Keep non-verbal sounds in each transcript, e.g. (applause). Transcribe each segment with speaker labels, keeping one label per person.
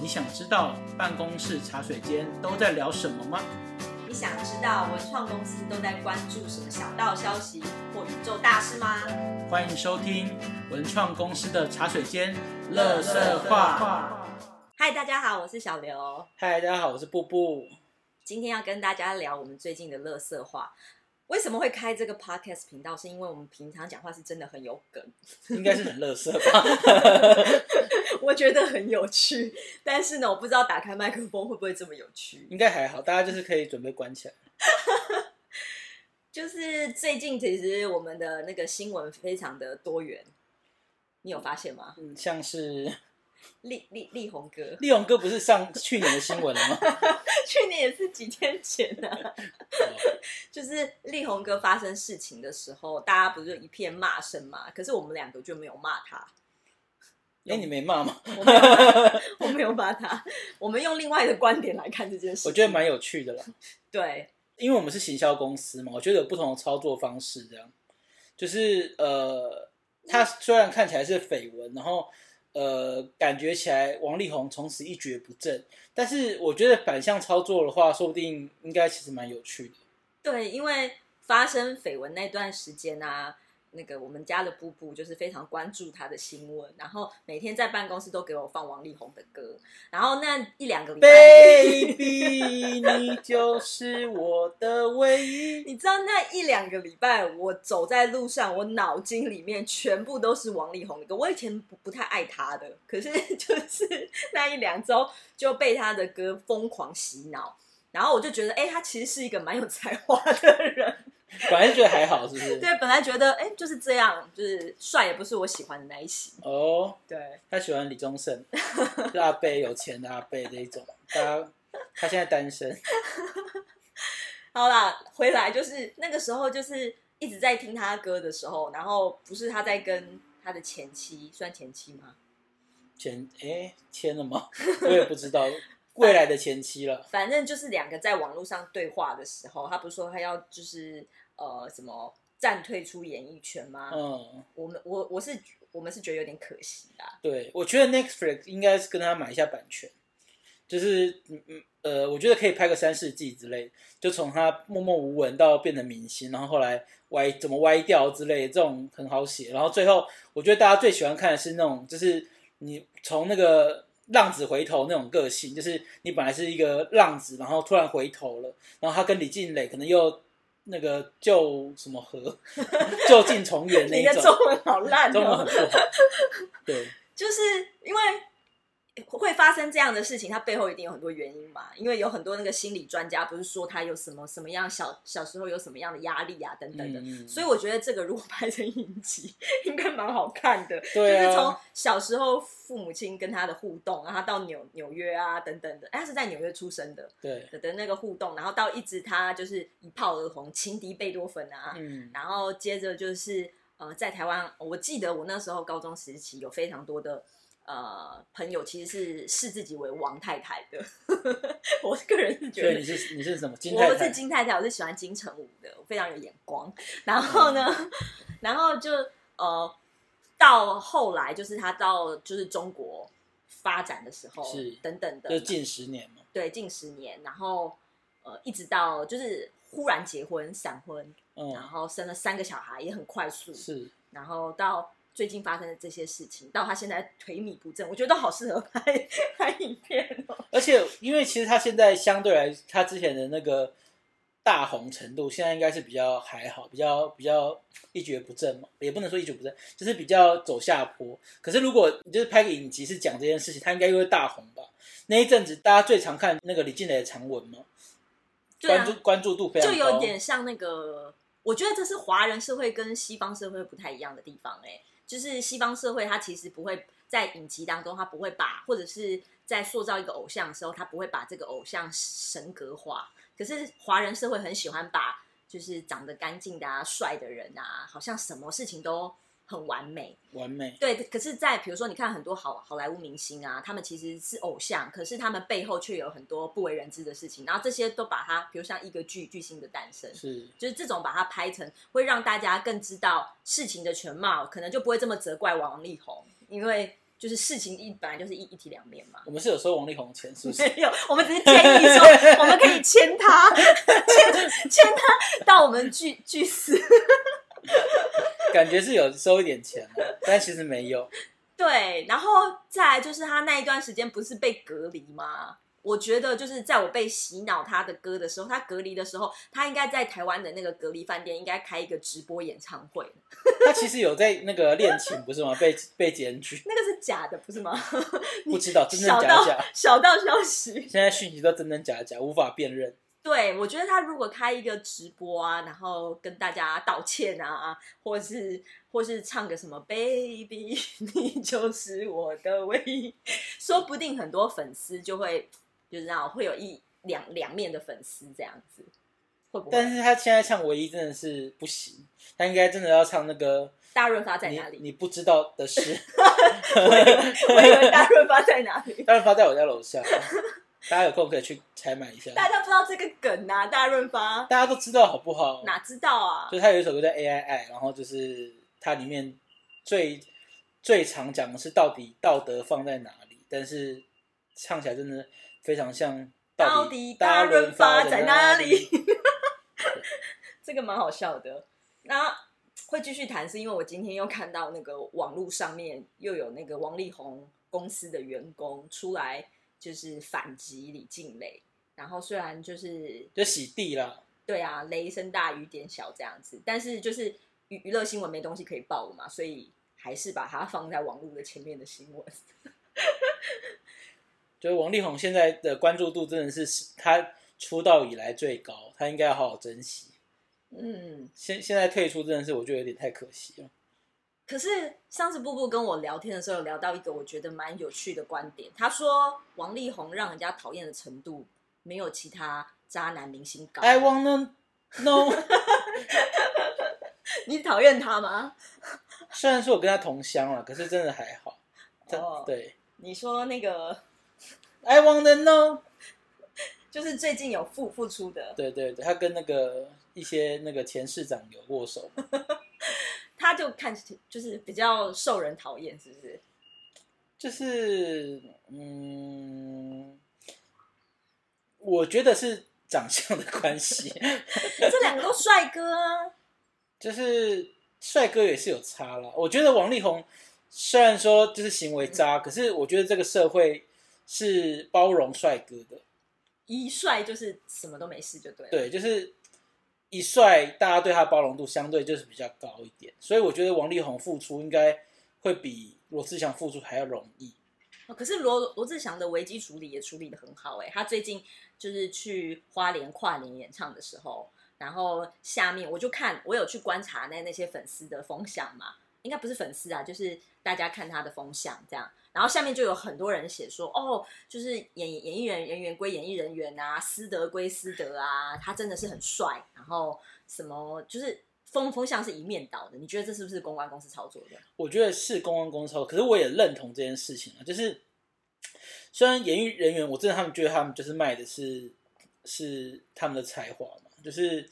Speaker 1: 你想知道办公室茶水间都在聊什么吗？
Speaker 2: 你想知道文创公司都在关注什么小道消息或宇宙大事吗？
Speaker 1: 欢迎收听文创公司的茶水间乐色话。
Speaker 2: 嗨，大家好，我是小刘，
Speaker 1: 嗨，大家好，我是布 (laughs) 布。
Speaker 2: 今天要跟大家聊我们最近的乐色话。为什么会开这个 podcast 频道？是因为我们平常讲话是真的很有梗， (laughs)
Speaker 1: 应该是很乐色吧？ (laughs)
Speaker 2: 我觉得很有趣。但是呢，我不知道打开麦克风会不会这么有趣。
Speaker 1: 应该还好，大家就是可以准备关起来。
Speaker 2: 就是最近其实我们的那个新闻非常的多元，你有发现吗？
Speaker 1: 嗯，像是 (laughs)
Speaker 2: 力力力宏哥
Speaker 1: 力宏哥不是上去年的新闻了吗？ (laughs)
Speaker 2: (laughs) 去年也是几天前呢、啊，
Speaker 1: 哦
Speaker 2: (laughs) 就是力宏哥发生事情的时候，大家不是一片骂声嘛？可是我们两个就没有骂他，
Speaker 1: 哎、你没骂吗？
Speaker 2: 我没有
Speaker 1: (laughs)
Speaker 2: 骂，我没有骂他，我们用另外的观点来看这件事。
Speaker 1: 我觉得蛮有趣的啦，
Speaker 2: 对，
Speaker 1: 因为我们是行销公司嘛，我觉得有不同的操作方式，这样就是呃，他虽然看起来是绯闻，然后呃，感觉起来王力宏从此一蹶不振，但是我觉得反向操作的话，说不定应该其实蛮有趣的。
Speaker 2: 对，因为发生绯闻那段时间啊，那个我们家的布布就是非常关注他的新闻，然后每天在办公室都给我放王力宏的歌，然后那一两个礼拜，
Speaker 1: Baby，你 (laughs) 就是我的唯一。
Speaker 2: 你知道那一两个礼拜，我走在路上，我脑筋里面全部都是王力宏的歌。我以前不不太爱他的，可是 (laughs) 就是那一两周就被他的歌疯狂洗脑，然后我就觉得，哎、他其实是一个蛮有才华的人。
Speaker 1: 本来就觉得还好，是不是？
Speaker 2: (laughs) 对，本来觉得，哎、就是这样，就是帅也不是我喜欢的那一型。
Speaker 1: 哦，
Speaker 2: 对，
Speaker 1: 他喜欢李宗盛，就阿贝有钱的阿贝这一种。他他现在单身，
Speaker 2: 好啦，回来就是那个时候，就是一直在听他歌的时候，然后不是他在跟他的前妻，算前妻吗？
Speaker 1: 前哎、签了吗？ (laughs) 我也不知道，未来的前妻
Speaker 2: (laughs)
Speaker 1: 了。
Speaker 2: 反正就是两个在网络上对话的时候，他不是说他要就是呃什么暂退出演艺圈吗？
Speaker 1: 嗯，
Speaker 2: 我们我我是我们是觉得有点可惜啦。 (laughs)
Speaker 1: 对，我觉得 Netflix 应该是跟他买一下版权，就是嗯嗯呃，我觉得可以拍个三四季之类，就从他默默无闻到变成明星，然后后来歪怎么歪掉之类，这种很好写。然后最后，我觉得大家最喜欢看的是那种，就是你从那个。浪子回头那种个性，就是你本来是一个浪子，然后突然回头了，然后他跟李静蕾可能又那个旧什么和 (laughs) 旧尽重圆那
Speaker 2: 你
Speaker 1: 一
Speaker 2: 的
Speaker 1: 种，
Speaker 2: 中文好烂
Speaker 1: 中文
Speaker 2: 哦、
Speaker 1: 很不好。对，
Speaker 2: 就是因为会发生这样的事情，它背后一定有很多原因嘛。因为有很多那个心理专家不是说他有什么什么样小小时候有什么样的压力啊等等的，
Speaker 1: 嗯
Speaker 2: 所以我觉得这个如果拍成影集， (laughs) 应该蛮好看的。
Speaker 1: 对啊
Speaker 2: 就是从小时候父母亲跟他的互动，啊然后他到纽纽约啊等等的，哎他是在纽约出生的
Speaker 1: 对，
Speaker 2: 的的那个互动，然后到一直他就是一炮而红，情敌贝多芬啊，
Speaker 1: 嗯，
Speaker 2: 然后接着就是呃，在台湾，我记得我那时候高中时期有非常多的呃朋友，其实是视自己为王太太的。 (laughs) 我个人是
Speaker 1: 所
Speaker 2: 觉
Speaker 1: 以你
Speaker 2: 得。
Speaker 1: 是你是什么金太
Speaker 2: 我是
Speaker 1: 太？
Speaker 2: 金太太，我是喜欢金城武的，我非常有眼光。然后呢，
Speaker 1: 嗯
Speaker 2: (laughs) 然后就呃，到后来就是他到就是中国发展的时候
Speaker 1: 是，
Speaker 2: 等等的，
Speaker 1: 就近十年嘛，
Speaker 2: 对近十年，然后呃，一直到就是忽然结婚闪婚，然
Speaker 1: 嗯，
Speaker 2: 后生了三个小孩，也很快速。
Speaker 1: 是
Speaker 2: 然后到最近发生的这些事情，到他现在颓靡不振，我觉得都好适合拍 (laughs) 拍影片哦。
Speaker 1: 而且因为其实他现在相对来他之前的那个大红程度，现在应该是比较还好，比较比较一蹶不振嘛，也不能说一蹶不振，就是比较走下坡。可是如果你就是拍个影集是讲这件事情，他应该又会大红吧？那一阵子大家最常看那个李静蕾的长文嘛，
Speaker 2: 对啊
Speaker 1: 关，注关注度非常
Speaker 2: 就
Speaker 1: 高，
Speaker 2: 有点像那个，我觉得这是华人社会跟西方社会不太一样的地方哎、就是西方社会它其实不会在影集当中，它不会把或者是在塑造一个偶像的时候，它不会把这个偶像神格化。可是华人社会很喜欢把就是长得干净的啊、帅的人啊，好像什么事情都很完美。
Speaker 1: 完美。
Speaker 2: 对，可是在，比如说，你看很多好好莱坞明星啊，他们其实是偶像，可是他们背后却有很多不为人知的事情，然后这些都把它，比如像一个剧巨星的诞生，
Speaker 1: 是，
Speaker 2: 就是这种把它拍成，会让大家更知道事情的全貌，可能就不会这么责怪王力宏，因为就是事情一本来就是一一体两面嘛。 (laughs)
Speaker 1: 我们是有收王力宏的钱，是不是？
Speaker 2: 没有，我们只是建议说，我们可以签他， (laughs) 签签他到我们剧剧司。
Speaker 1: 感觉是有收一点钱的，但其实没有。
Speaker 2: 对，然后再来就是他那一段时间不是被隔离吗？我觉得就是在我被洗脑他的歌的时候，他隔离的时候，他应该在台湾的那个隔离饭店应该开一个直播演唱会，
Speaker 1: 他其实有在那个恋情，不是吗？被被检举，
Speaker 2: 那个是假的，不是吗？ (laughs)
Speaker 1: 不知道真真
Speaker 2: 小
Speaker 1: 假
Speaker 2: 道
Speaker 1: 假。
Speaker 2: 小道消息。
Speaker 1: 现在讯息都真真假假，无法辨认。
Speaker 2: 对，我觉得他如果开一个直播啊，然后跟大家道歉啊，或是或是唱个什么 “baby，你 (laughs) 就是我的唯一”，说不定很多粉丝就会就是那种会有一两两面的粉丝这样子，会不
Speaker 1: 但
Speaker 2: 会？
Speaker 1: 是他现在唱唯一真的是不行，他应该真的要唱那个
Speaker 2: 大润发在
Speaker 1: 你
Speaker 2: 哪里？ (laughs)
Speaker 1: 你不知道的事。
Speaker 2: 我以为大润发在哪里？
Speaker 1: 当然发在我家楼下，啊大家有空可以去采买一下。
Speaker 2: 大家不知道这个梗啊，大润发
Speaker 1: 大家都知道好不好？
Speaker 2: 哪知道啊？
Speaker 1: 就是他有一首歌叫《A I I》，然后就是它里面最最常讲的是到底道德放在哪里，但是唱起来真的非常像
Speaker 2: 到
Speaker 1: 底
Speaker 2: 底大润发在哪里
Speaker 1: 里？？
Speaker 2: 这个蛮好笑的。那会继续谈，是因为我今天又看到那个网络上面又有那个王力宏公司的员工出来，就是反击李静蕾。然后虽然就是
Speaker 1: 就洗地啦，
Speaker 2: 对啊，雷声大雨点小这样子，但是就是娱娱乐新闻没东西可以报了嘛，所以还是把它放在网络的前面的新闻。 (laughs)
Speaker 1: 就是王力宏现在的关注度真的是他出道以来最高，他应该要好好珍惜。
Speaker 2: 嗯，
Speaker 1: 现现在退出真的是我觉得有点太可惜了。
Speaker 2: 可是上次布布跟我聊天的时候，有聊到一个我觉得蛮有趣的观点。他说王力宏让人家讨厌的程度没有其他渣男明星高。
Speaker 1: I wanna know， (laughs)
Speaker 2: 你讨厌他吗？
Speaker 1: 虽然说我跟他同乡了，可是真的还好。真
Speaker 2: 哦
Speaker 1: 对
Speaker 2: 你说那个
Speaker 1: ，I wanna know。
Speaker 2: 就是最近有复复出的，
Speaker 1: 对对对，他跟那个一些那个前市长有握手，
Speaker 2: 他就看起就是比较受人讨厌，是不是？ (laughs)
Speaker 1: 就是嗯，我觉得是长相的关系， (laughs)
Speaker 2: 这两个都帅哥啊，
Speaker 1: 就是帅哥也是有差啦。我觉得王力宏虽然说就是行为渣，可是我觉得这个社会是包容帅哥的，
Speaker 2: 一帅就是什么都没事就对了。，
Speaker 1: 对，就是。一帅，大家对他包容度相对就是比较高一点，所以我觉得王力宏付出应该会比罗志祥付出还要容易。
Speaker 2: 哦、可是罗罗志祥的危机处理也处理的很好哎、他最近就是去花莲跨年演唱的时候，然后下面我就看我有去观察那那些粉丝的风向嘛，应该不是粉丝啊，就是大家看他的风向这样，然后下面就有很多人写说哦，就是演演艺人人员归演艺人员啊，师德归师德啊，他真的是很帅，然后什么就是风风向是一面倒的，你觉得这是不是公关公司操作的？
Speaker 1: 我觉得是公关公司，可是我也认同这件事情啊，就是虽然演艺人员，我真的他们觉得他们就是卖的是是他们的才华嘛，就是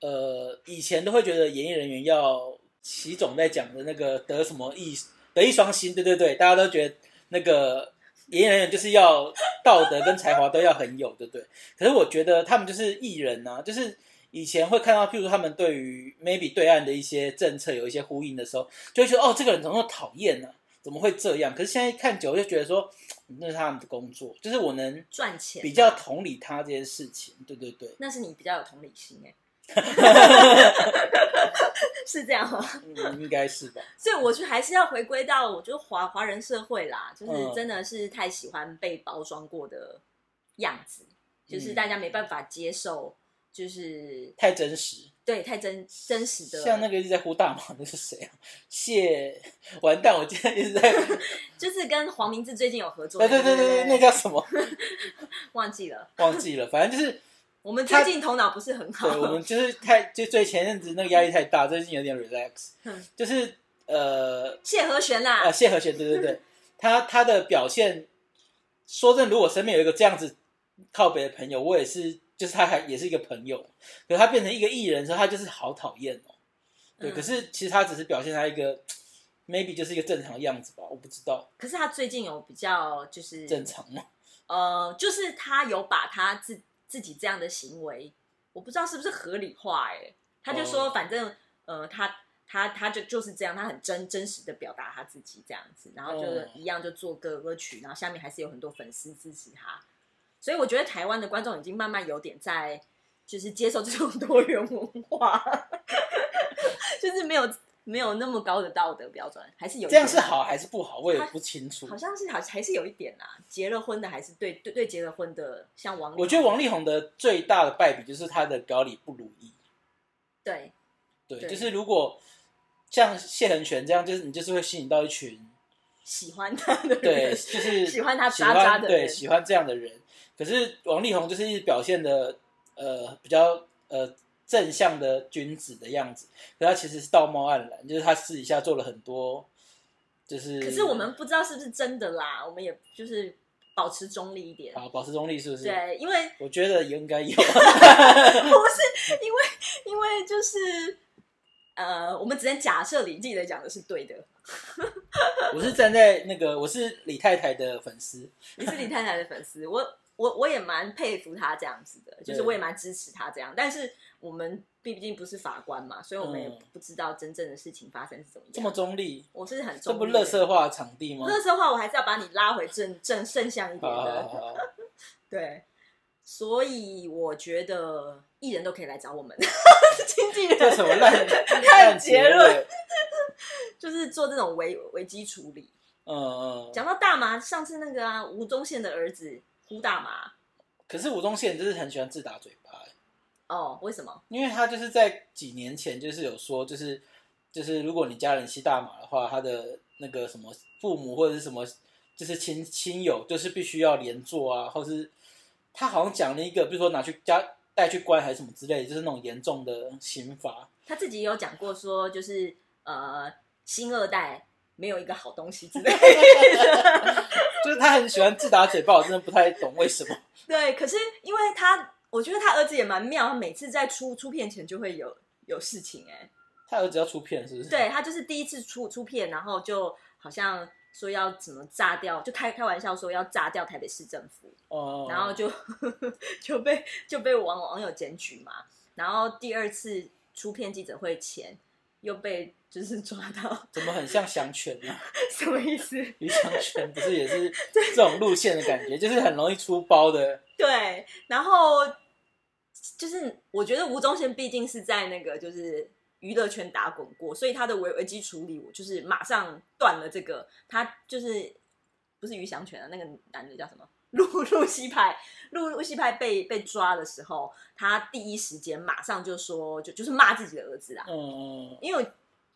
Speaker 1: 呃以前都会觉得演艺人员要习总在讲的那个得什么一德艺双馨，对对对，大家都觉得那个演艺人员就是要道德跟才华都要很有，对不对？可是我觉得他们就是艺人啊，就是以前会看到，譬如他们对于 maybe 对岸的一些政策有一些呼应的时候，就会觉得哦，这个人怎么那么讨厌呢、怎么会这样？可是现在看久了就觉得说，嗯那是他们的工作，就是我能
Speaker 2: 赚钱
Speaker 1: 比较
Speaker 2: 嘛
Speaker 1: 同理他这件事情。对对
Speaker 2: (laughs)
Speaker 1: 对，
Speaker 2: 那是你比较有同理心
Speaker 1: 欸
Speaker 2: (laughs) 哎、是这样吗？
Speaker 1: 嗯，应该是吧？
Speaker 2: (laughs) 所以我就还是要回归到，我觉得华华人社会啦，就是
Speaker 1: 嗯
Speaker 2: 真的是太喜欢被包装过的样子，就是
Speaker 1: 嗯
Speaker 2: 大家没办法接受，就是
Speaker 1: 太真实。
Speaker 2: 对太真真实的，
Speaker 1: 像那个一直在呼大麻的是谁啊？谢，完蛋！我今天一直
Speaker 2: (laughs)
Speaker 1: 在，
Speaker 2: 就是跟黄明志最近有合作，
Speaker 1: 对对对对对，那叫什么？
Speaker 2: 忘记了。
Speaker 1: 忘记了，反正就是
Speaker 2: 我们最
Speaker 1: 他
Speaker 2: 近头脑不是很好，
Speaker 1: 对，我们就是太就最前阵子那个压力太大，最近有点 relax，
Speaker 2: 嗯
Speaker 1: 就是呃
Speaker 2: 谢和弦啦，
Speaker 1: 啊谢和弦，对对对，他他的表现，说真的，如果身边有一个这样子靠北的朋友，我也是，就是他还也是一个朋友，可是他变成一个艺人的时候，他就是好讨厌哦。对，
Speaker 2: 嗯
Speaker 1: 可是其实他只是表现他一个 maybe 就是一个正常的样子吧，我不知道
Speaker 2: 可是他最近有比较就是
Speaker 1: 正常吗？
Speaker 2: 呃，就是他有把他自自己这样的行为，我不知道是不是合理化、欸，哎，他就说
Speaker 1: 哦
Speaker 2: 反正、呃，他他他就就是这样，他很真真实的表达他自己这样子，然后就
Speaker 1: 哦
Speaker 2: 一样就做歌歌曲，然后下面还是有很多粉丝支持他，所以我觉得台湾的观众已经慢慢有点在就是接受这种多元文化， (laughs) 就是没有没有那么高的道德标准，还是有一
Speaker 1: 这样是
Speaker 2: 点
Speaker 1: 好还是不好，我也不清楚
Speaker 2: 好。像是好还是有一点啦，结了婚的还是对对对结了婚的，像王力宏，
Speaker 1: 我觉得王力宏的最大的败笔就是他的表里不如一，
Speaker 2: 对
Speaker 1: 对，
Speaker 2: 对
Speaker 1: 就是如果像谢恒权这样，就是你就是会吸引到一群
Speaker 2: 喜欢他的 (laughs) 人，
Speaker 1: 对，就是
Speaker 2: 喜欢他
Speaker 1: 喜
Speaker 2: 渣渣
Speaker 1: 欢
Speaker 2: 的
Speaker 1: 对
Speaker 2: 人，
Speaker 1: 喜欢这样的人。可是王力宏就是一直表现的呃比较呃正向的君子的样子，可他其实是道貌岸然，就是他私底下做了很多，就是
Speaker 2: 可是我们不知道是不是真的啦，我们也就是保持中立一点，
Speaker 1: 啊保持中立是不是？，
Speaker 2: 对，因为
Speaker 1: 我觉得也应该有，啊
Speaker 2: (laughs) 因为因为就是呃，我们只能假设李记得讲的是对的，
Speaker 1: (laughs) 我是站在那个我是李太太的粉丝，
Speaker 2: 你是李太太的粉丝， (laughs) 我我我也蛮佩服她这样子的，就是
Speaker 1: 对
Speaker 2: 我也蛮支持她这样。但是我们毕竟不是法官嘛，所以我们也
Speaker 1: 嗯
Speaker 2: 不知道真正的事情发生是怎么样。
Speaker 1: 这么中立，
Speaker 2: 我是很
Speaker 1: 这
Speaker 2: 中
Speaker 1: 不
Speaker 2: 立
Speaker 1: 乐
Speaker 2: 的
Speaker 1: 色化的场地吗？
Speaker 2: 乐色话，我还是要把你拉回正正正向一点
Speaker 1: 好
Speaker 2: 的。
Speaker 1: 好好好，
Speaker 2: 对，所以我觉得艺人都可以来找
Speaker 1: (laughs)
Speaker 2: 我们，经纪人
Speaker 1: 这什么
Speaker 2: (laughs)
Speaker 1: 烂
Speaker 2: 烂
Speaker 1: 烂
Speaker 2: 结
Speaker 1: 结
Speaker 2: 论
Speaker 1: 尾？
Speaker 2: 就是做这种危危机处理。
Speaker 1: 嗯嗯，
Speaker 2: 讲到大麻，上次那个啊，吴宗宪的儿子呼大麻，
Speaker 1: 可是吴宗宪就是很喜欢自打嘴巴、欸
Speaker 2: 哦，为什么？
Speaker 1: 因为他就是在几年前就是有说，就是就是如果你家人吸大麻的话，他的那个什么父母或者是什么就是亲亲友，就是必须要连坐啊，或是他好像讲了一个，比如说拿去家带去关还是什么之类的，就是那种严重的刑罚。
Speaker 2: 他自己也有讲过说，就是呃，新二代没有一个好东西之类的。
Speaker 1: (laughs) 就是他很喜欢自打嘴巴，我真的不太懂为什么。
Speaker 2: 对，可是因为他，我觉得他儿子也蛮妙，他每次在出出片前就会有有事情哎、
Speaker 1: 他儿子要出片是不是？
Speaker 2: 对他就是第一次出出片，然后就好像说要怎么炸掉，就开开玩笑说要炸掉台北市政府，
Speaker 1: 哦，
Speaker 2: 然后就 (laughs) 就被就被网网友检举嘛。然后第二次出片记者会前又被就是抓到， (laughs)
Speaker 1: 怎么很像祥犬呢、 (laughs)
Speaker 2: 什么意思？
Speaker 1: 于强权不是也
Speaker 2: (laughs)
Speaker 1: 是这种路线的感觉，就是很容易出包的。
Speaker 2: 对，然后就是我觉得吴宗宪毕竟是在那个就是娱乐圈打滚过，所以他的危危机处理，我就是马上断了这个。他就是不是于祥全啊，那个男的叫什么？陆陆西派，陆陆西派被被抓的时候，他第一时间马上就说，就就是骂自己的儿子啊，
Speaker 1: 嗯，
Speaker 2: 因为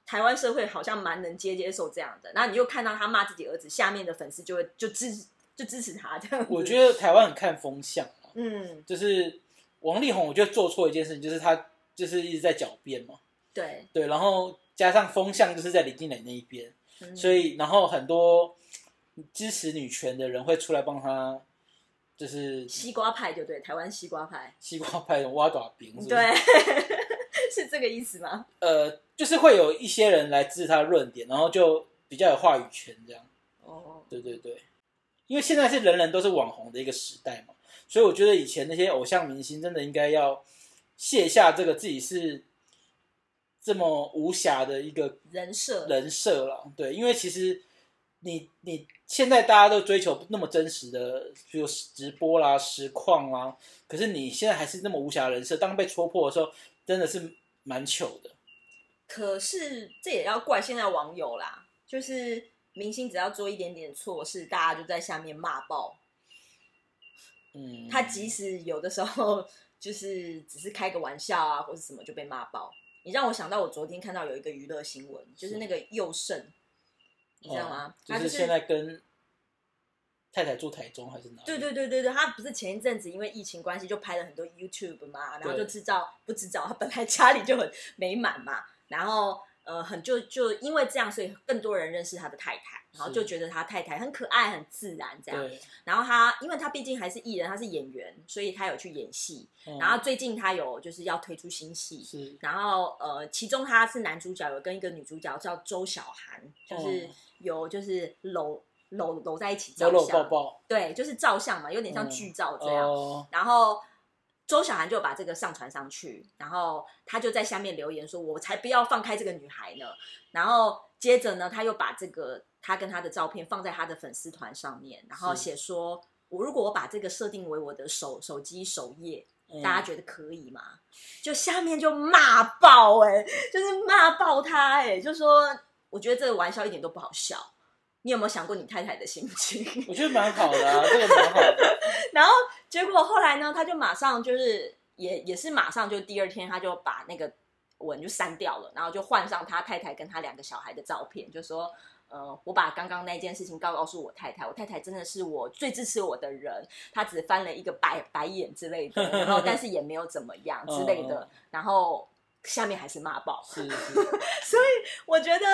Speaker 2: 台湾社会好像蛮能接接受这样的。那你又看到他骂自己儿子，下面的粉丝就会就支就支持他这样子。
Speaker 1: 我觉得台湾很看风向啊
Speaker 2: 嗯，
Speaker 1: 就是王力宏，我觉得做错一件事情，就是他就是一直在狡辩嘛，
Speaker 2: 对，
Speaker 1: 对，然后加上风向就是在李金磊那一边，
Speaker 2: 嗯
Speaker 1: 所以然后很多支持女权的人会出来帮他，就是
Speaker 2: 西瓜派就对，台湾西瓜派，
Speaker 1: 西瓜派挖爪饼，是不是
Speaker 2: 对， (laughs) 是这个意思吗？
Speaker 1: 呃，就是会有一些人来支持他的论点，然后就比较有话语权这样。
Speaker 2: 哦，
Speaker 1: 对对对，因为现在是人人都是网红的一个时代嘛，所以我觉得以前那些偶像明星真的应该要卸下这个自己是这么无瑕的一个
Speaker 2: 人设，
Speaker 1: 人设啦。对，因为其实你你现在大家都追求那么真实的，比如直播啦、实况啦，可是你现在还是那么无瑕的人设，当被戳破的时候，真的是蛮糗的。
Speaker 2: 可是这也要怪现在网友啦，就是明星只要做一点点错事，大家就在下面骂爆。
Speaker 1: 嗯，
Speaker 2: 他即使有的时候就是只是开个玩笑啊，或是什么就被骂爆。你让我想到我昨天看到有一个娱乐新闻，就是那个佑胜，你知道吗？
Speaker 1: 哦就
Speaker 2: 他
Speaker 1: 是
Speaker 2: 就
Speaker 1: 现在跟太太住台中还是哪里？
Speaker 2: 对对对对对，他不是前一阵子因为疫情关系就拍了很多 YouTube 嘛，然后就
Speaker 1: 对
Speaker 2: 制造不制造，他本来家里就很美满嘛，然后呃，很就就因为这样，所以更多人认识他的太太，然后
Speaker 1: 是
Speaker 2: 就觉得他太太很可爱、很自然这样。
Speaker 1: 对，
Speaker 2: 然后他，因为他毕竟还是艺人，他是演员，所以他有去演戏。
Speaker 1: 嗯
Speaker 2: 然后最近他有就是要推出新戏，
Speaker 1: 是
Speaker 2: 然后呃，其中他是男主角，有跟一个女主角叫周小涵，就是
Speaker 1: 哦
Speaker 2: 有就是搂搂搂在一起照
Speaker 1: 搂搂
Speaker 2: 相，
Speaker 1: 抱抱
Speaker 2: 对，就是照相嘛，有点像剧照这样。
Speaker 1: 哦，
Speaker 2: 然后周小涵就把这个上传上去，然后他就在下面留言说：“我才不要放开这个女孩呢。”然后接着呢，他又把这个他跟他的照片放在他的粉丝团上面，然后
Speaker 1: 是
Speaker 2: 写说：“我如果我把这个设定为我的手手机首页，
Speaker 1: 嗯
Speaker 2: 啊大家觉得可以吗？”就下面就骂爆哎、就是骂爆他哎、就说我觉得这个玩笑一点都不好笑。你有没有想过你太太的心情？
Speaker 1: 我觉得蛮好的啊，这个蛮好的，
Speaker 2: 然后结果后来呢，他就马上就是也也是马上就第二天他就把那个文就删掉了，然后就换上他太太跟他两个小孩的照片，就说。呃，我把刚刚那件事情告告诉我太太，我太太真的是我最支持我的人，她只翻了一个白白眼之类的，然后但是也没有怎么样之类
Speaker 1: 嗯
Speaker 2: 的，然后下面还是骂爆，
Speaker 1: 是
Speaker 2: (laughs)
Speaker 1: 是，
Speaker 2: 我觉得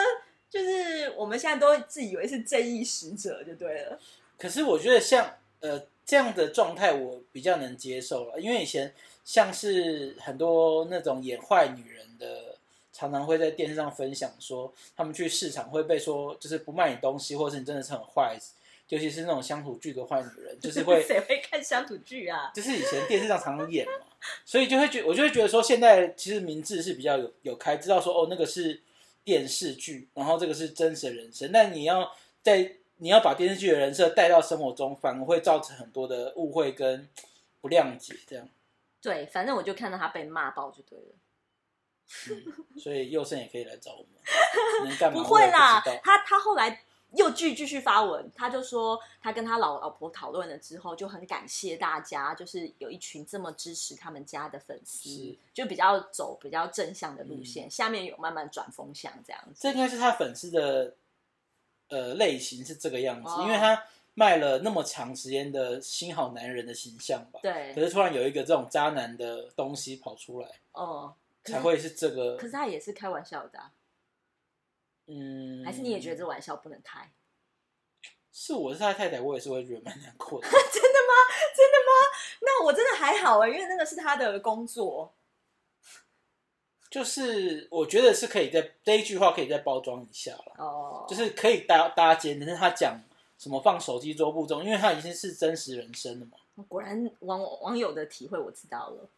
Speaker 2: 就是我们现在都自以为是正义使者就对了，
Speaker 1: 可是我觉得像呃这样的状态，我比较能接受了，因为以前像是很多那种演坏女人的，常常会在电视上分享说，他们去市场会被说就是不卖你东西，或者是你真的是很坏，尤其是那种乡土剧的坏女人，就是会
Speaker 2: (laughs) 谁会看乡土剧啊？
Speaker 1: 就是以前电视上常常演嘛，所以就会觉我就会觉得说，现在其实明智是比较有有开，知道说哦那个是电视剧，然后这个是真实的人生，但你要在你要把电视剧的人设带到生活中，反而会造成很多的误会跟不谅解这样。
Speaker 2: 对，反正我就看到他被骂爆就对了。
Speaker 1: 嗯、所以佑胜也可以来找我们，能干嘛
Speaker 2: 不
Speaker 1: 我也
Speaker 2: 会啦
Speaker 1: 不知道，
Speaker 2: 他他后来又继继续发文，他就说他跟他老老婆讨论了之后，就很感谢大家，就是有一群这么支持他们家的粉丝
Speaker 1: 是，嗯
Speaker 2: 就比较走比较正向的路线，下面有慢慢转风向这样子。
Speaker 1: 这应该是他粉丝的呃类型是这个样子，
Speaker 2: 哦
Speaker 1: 因为他卖了那么长时间的新好男人的形象吧。可
Speaker 2: 对，
Speaker 1: 是突然有一个这种渣男的东西跑出来，
Speaker 2: 哦，可是
Speaker 1: 才会是这个
Speaker 2: 可。是他也是开玩笑的啊、
Speaker 1: 嗯，
Speaker 2: 还是你也觉得这玩笑不能开？
Speaker 1: 是我是他太太，我也是会觉得蛮难过的。 (laughs)
Speaker 2: 那我真的还好哎、因为那个是他的工作。
Speaker 1: 就是我觉得是可以在这一句话可以再包装一下了，
Speaker 2: 哦，
Speaker 1: 就是可以搭搭肩，但是他讲什么放手机桌布中，因为他已经是真实人生了嘛，
Speaker 2: 果然网网友的体会我知道了。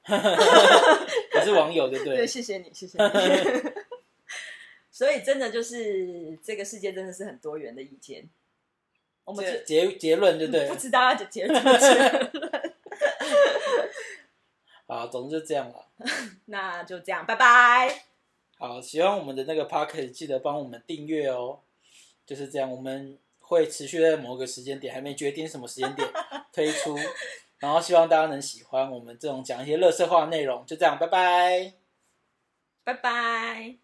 Speaker 1: 可是网友对不对
Speaker 2: 对，？谢谢你，谢谢
Speaker 1: (laughs)
Speaker 2: 你。 (laughs) 所以真的就是这个世界真的是很多元的意见，我们
Speaker 1: 结
Speaker 2: 就
Speaker 1: 结结论对不对
Speaker 2: 不？知道要结论怎
Speaker 1: (laughs)
Speaker 2: 么结
Speaker 1: 啊，总之就这样了。
Speaker 2: 那就这样，拜拜。
Speaker 1: 好，喜欢我们的那个 p o c k e t 记得帮我们订阅哦。就是这样，我们会持续在某个时间点，还没决定什么时间点推出，然后希望大家能喜欢我们这种讲一些乐色化的内容。就这样，拜拜。
Speaker 2: 拜拜。